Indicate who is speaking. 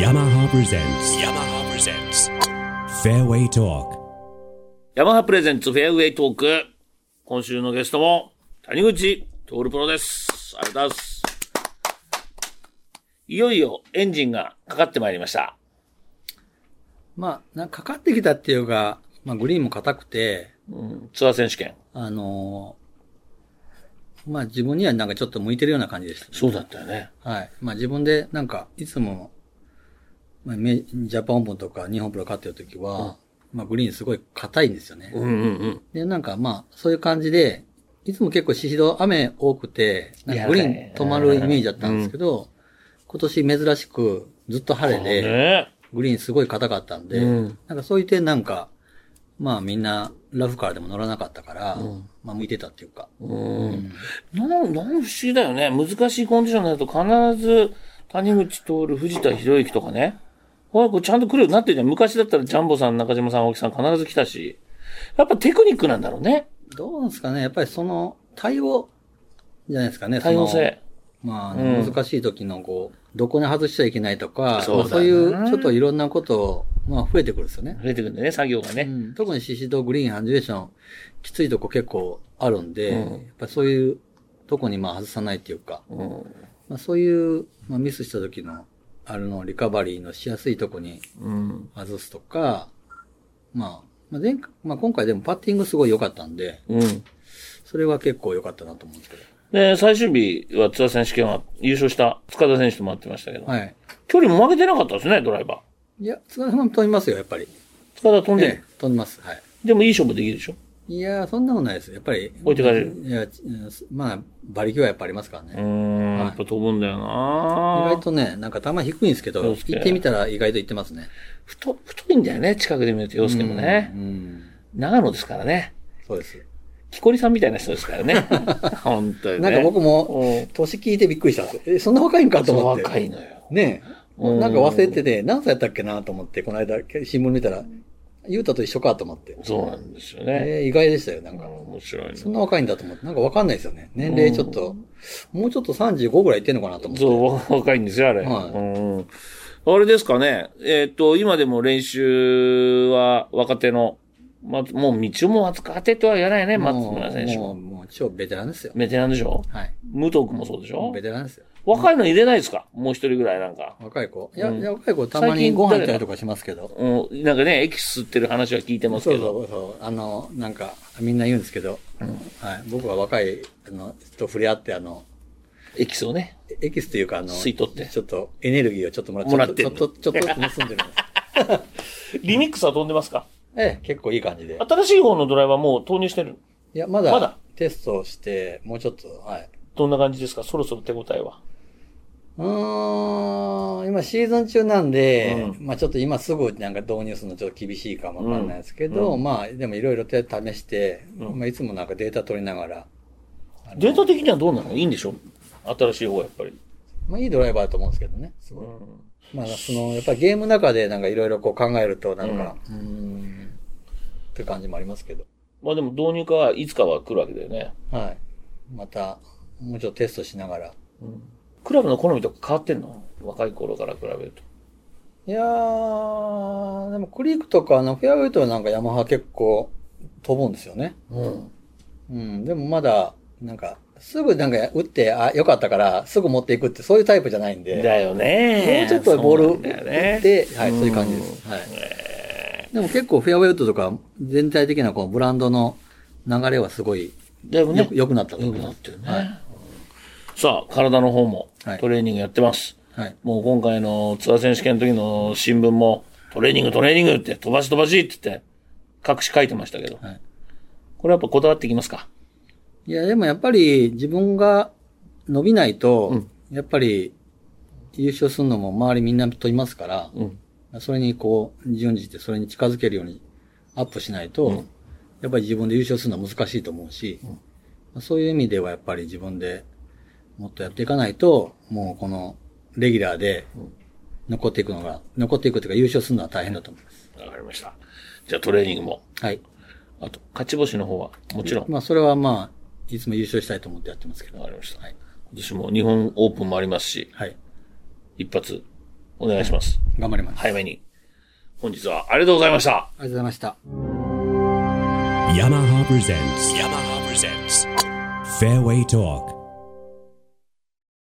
Speaker 1: yamaha presents yamaha presents fairway talk
Speaker 2: ヤマハプレゼンツフェアウェイトーク。今週のゲストも、谷口徹プロです。ありがとうございます。いよいよエンジンがかかってまいりました。
Speaker 3: まあ、なんかかかってきたっていうか、まあ、グリーンも硬くて、
Speaker 2: ツアー選手権。
Speaker 3: あのーまあ、自分にはなんかちょっと向いてるような感じでした、
Speaker 2: そうだったよね。
Speaker 3: はい。まあ、自分でなんか、いつも、まあ、めジャパンオープンとか日本プロ勝ってる時は、まあ、グリーンすごい硬いんですよね。
Speaker 2: うんうん
Speaker 3: で、なんかまあ、そういう感じで、いつも結構宍戸雨多くて、なんかグリ
Speaker 2: いや
Speaker 3: ーン
Speaker 2: ね
Speaker 3: 止まるイメージだったんですけど、今年珍しくずっと晴
Speaker 2: うん。
Speaker 3: れで、
Speaker 2: ね
Speaker 3: グリーンすごい硬かったんで、
Speaker 2: うん
Speaker 3: なんかそういう点なんか、まあみんなラフからでも乗らなかったから、まあ向いてたっていうか。
Speaker 2: うん。なん、なん不思議だよね。難しいコンディションになると必ず谷口徹、藤田博之とかね。ほら、これちゃんと来るようになってるじゃん。昔だったらジャンボさん、中島さん、青木さん必ず来たし。やっぱテクニックなんだろうね。
Speaker 3: どうなんですかねやっぱりその対応じゃないですかね。
Speaker 2: 多様性。
Speaker 3: その。まあ、
Speaker 2: うん
Speaker 3: 難しい時のこう、どこに外しちゃいけないとか、
Speaker 2: そうだ
Speaker 3: まあそういうちょっといろんなことを、まあ増えてくるんですよね。
Speaker 2: 増えてくるんだよね、作業がね。
Speaker 3: うん特にシシドグリーンハンジュレーション、きついとこ結構あるんで、
Speaker 2: うん
Speaker 3: やっぱそういうとこにまあ外さないっていうか、
Speaker 2: うん
Speaker 3: まあ、そういう、まあ、ミスした時の、あれのリカバリーのしやすいとこに
Speaker 2: うん。
Speaker 3: 外すとか、まあ、まあ、前回、まあ今回でもパッティングすごい良かったんで、
Speaker 2: うん。
Speaker 3: それは結構良かったなと思うんですけど。
Speaker 2: で、最終日はツアー選手権は優勝した塚田選手と回ってましたけど、
Speaker 3: はい。
Speaker 2: 距離も負けてなかったですね、ドライバ
Speaker 3: いや、津田さんも飛びますよ、やっぱり。
Speaker 2: ー。塚田飛んでる。
Speaker 3: ええ飛びます。はい。
Speaker 2: でもいい勝負できるでしょ。
Speaker 3: いやー、そんなことないです。やっぱり。
Speaker 2: 置いてかれる
Speaker 3: いや、うんまあ、馬力はやっぱありますから
Speaker 2: うー
Speaker 3: ね。
Speaker 2: ん、
Speaker 3: はい
Speaker 2: やっぱ飛ぶんだよな
Speaker 3: 意外とね、なんか球低いんですけど、
Speaker 2: そうですね
Speaker 3: 行ってみたら意外と行ってますね。
Speaker 2: 太、太いんだよね、近くで見ると、洋介もね
Speaker 3: う。ん。
Speaker 2: 長野ですからね。
Speaker 3: そうです。
Speaker 2: 木こりさんみたいな人ですから ね。本当に
Speaker 3: な
Speaker 2: ね。
Speaker 3: んか僕も、
Speaker 2: うん、
Speaker 3: 年聞いてびっくりしたんですよ。え、そんな若いんかと
Speaker 2: そう
Speaker 3: 思って。
Speaker 2: 若いのよ。
Speaker 3: ね
Speaker 2: う
Speaker 3: え。
Speaker 2: ん
Speaker 3: なんか忘れてて、何歳やったっけなと思って、この間新聞見たら、ゆうたと一緒かと思って。
Speaker 2: そうなんですよね。
Speaker 3: えー意外でしたよ、なん
Speaker 2: うん
Speaker 3: か。
Speaker 2: 面白いね。
Speaker 3: そんな若いんだと思って、なんかわかんないですよね。年齢ちょっと、もうちょっと35ぐらいいってんのかなと思って。
Speaker 2: そう、若いんですよ、あれ。
Speaker 3: はい
Speaker 2: うん。あれですかね。えっ、と、今でも練習は若手の、ま、もう道も若手とは言わないね、松
Speaker 3: もう
Speaker 2: 村選手
Speaker 3: もう、
Speaker 2: も。
Speaker 3: もう超ベテランですよ。
Speaker 2: ベテランでしょ
Speaker 3: はい。
Speaker 2: 武藤君もそうでしょ
Speaker 3: ベテランですよ。
Speaker 2: 若いの入れないですかもう一人ぐらいなんか。
Speaker 3: 若い子。いや、
Speaker 2: うん
Speaker 3: いや若い子たま
Speaker 2: 最
Speaker 3: に
Speaker 2: 近
Speaker 3: ご飯行ったりとかしますけど。
Speaker 2: うん、なんかね、エキス吸ってる話は聞いてます
Speaker 3: そ
Speaker 2: け
Speaker 3: う
Speaker 2: ど。
Speaker 3: そうそう。あの、なんか、みんな言うんですけど、はい。僕は若い、あの、と触れ合って、あの、
Speaker 2: エキスをね。
Speaker 3: エキスというか、あの、
Speaker 2: 吸い取って
Speaker 3: ちょっとエネルギーをちょっともらっ
Speaker 2: もらって
Speaker 3: ち
Speaker 2: ん
Speaker 3: ょ
Speaker 2: の
Speaker 3: っと、ちょっと、ちょっと盗んでるんです。
Speaker 2: リミックスは飛んでますか
Speaker 3: ええ、結構いい感じで。
Speaker 2: 新しい方のドライバーもう投入してる
Speaker 3: いや、ま
Speaker 2: まだ
Speaker 3: だテストをして、もうちょっと、はい。
Speaker 2: どんな感じですかそろそろ手応えは。
Speaker 3: うーん、今シーズン中なんで、
Speaker 2: う
Speaker 3: まあちょっと今すぐなんか導入するのちょっと厳しいかもわかんないですけ
Speaker 2: う
Speaker 3: ど、
Speaker 2: んうん
Speaker 3: まあでもいろいろ手試して、
Speaker 2: うん
Speaker 3: まあいつもなんかデータ取りながら、あの
Speaker 2: データ的にはどうなのいいんでしょ新しい方はやっぱり。
Speaker 3: まあいいドライバーだと思うんですけどね、すご
Speaker 2: う
Speaker 3: い。
Speaker 2: ん
Speaker 3: まあ、その、やっぱりゲームの中でなんかいろいろこう考えると、なんか、うーん、って感じもありますけど。
Speaker 2: まあでも導入かはいつかは来るわけだよね。
Speaker 3: はい。また、もうちょっとテストしながら。
Speaker 2: クラブの好みとか変わってんの若い頃から比べると。
Speaker 3: いやー、でもクリークとかあのフェアウェイとはなんかヤマハ結構飛ぶんですよね。
Speaker 2: うん。
Speaker 3: うん、でもまだ、なんか、すぐなんか打って、あ、よかったから、すぐ持っていくって、そういうタイプじゃないんで、
Speaker 2: だよね
Speaker 3: もうちょっとボール
Speaker 2: そ
Speaker 3: 打
Speaker 2: う
Speaker 3: っ
Speaker 2: なんだよね
Speaker 3: て、はい、そういう感じです。はい。でも結構フェアウェイウッドとか、全体的なこう、ブランドの流れはすごい、
Speaker 2: だいぶ
Speaker 3: よ
Speaker 2: ね
Speaker 3: く、。良くなったと
Speaker 2: 良
Speaker 3: 思
Speaker 2: く
Speaker 3: い
Speaker 2: な
Speaker 3: ま
Speaker 2: っ
Speaker 3: す。
Speaker 2: てるね。
Speaker 3: はい。
Speaker 2: さあ、体の方も
Speaker 3: はい
Speaker 2: トレーニングやってます。
Speaker 3: はい。
Speaker 2: もう今回のツアー選手権の時の新聞も、トレーニングトレーニングって、飛ばし飛ばしって言って、各紙書いてましたけど。
Speaker 3: はい
Speaker 2: これやっぱこだわってきますか
Speaker 3: いや、でもやっぱり自分が伸びないと、やっぱり優勝するのも周りみんなといますから、
Speaker 2: うん。
Speaker 3: それにこう、順次してそれに近づけるようにアップしないと、やっぱり自分で優勝するのは難しいと思うし、そういう意味ではやっぱり自分でもっとやっていかないと、もうこのレギュラーで残っていくのが、残っていくというか優勝するのは大変だと思います。
Speaker 2: わかりました。じゃあトレーニングも。
Speaker 3: はい。
Speaker 2: あと、勝ち星の方は、もちろん。
Speaker 3: まあそれはまあ、いつも優勝したいと思ってやってますけど。
Speaker 2: わかりました。
Speaker 3: はい
Speaker 2: 今年も日本オープンもありますし、
Speaker 3: はい。
Speaker 2: 一発お願いします。
Speaker 3: 頑張ります。
Speaker 2: 早めに。本日はありがとうございました。
Speaker 3: ありがとうございました。
Speaker 1: yamaha presents yamaha presents fairway talk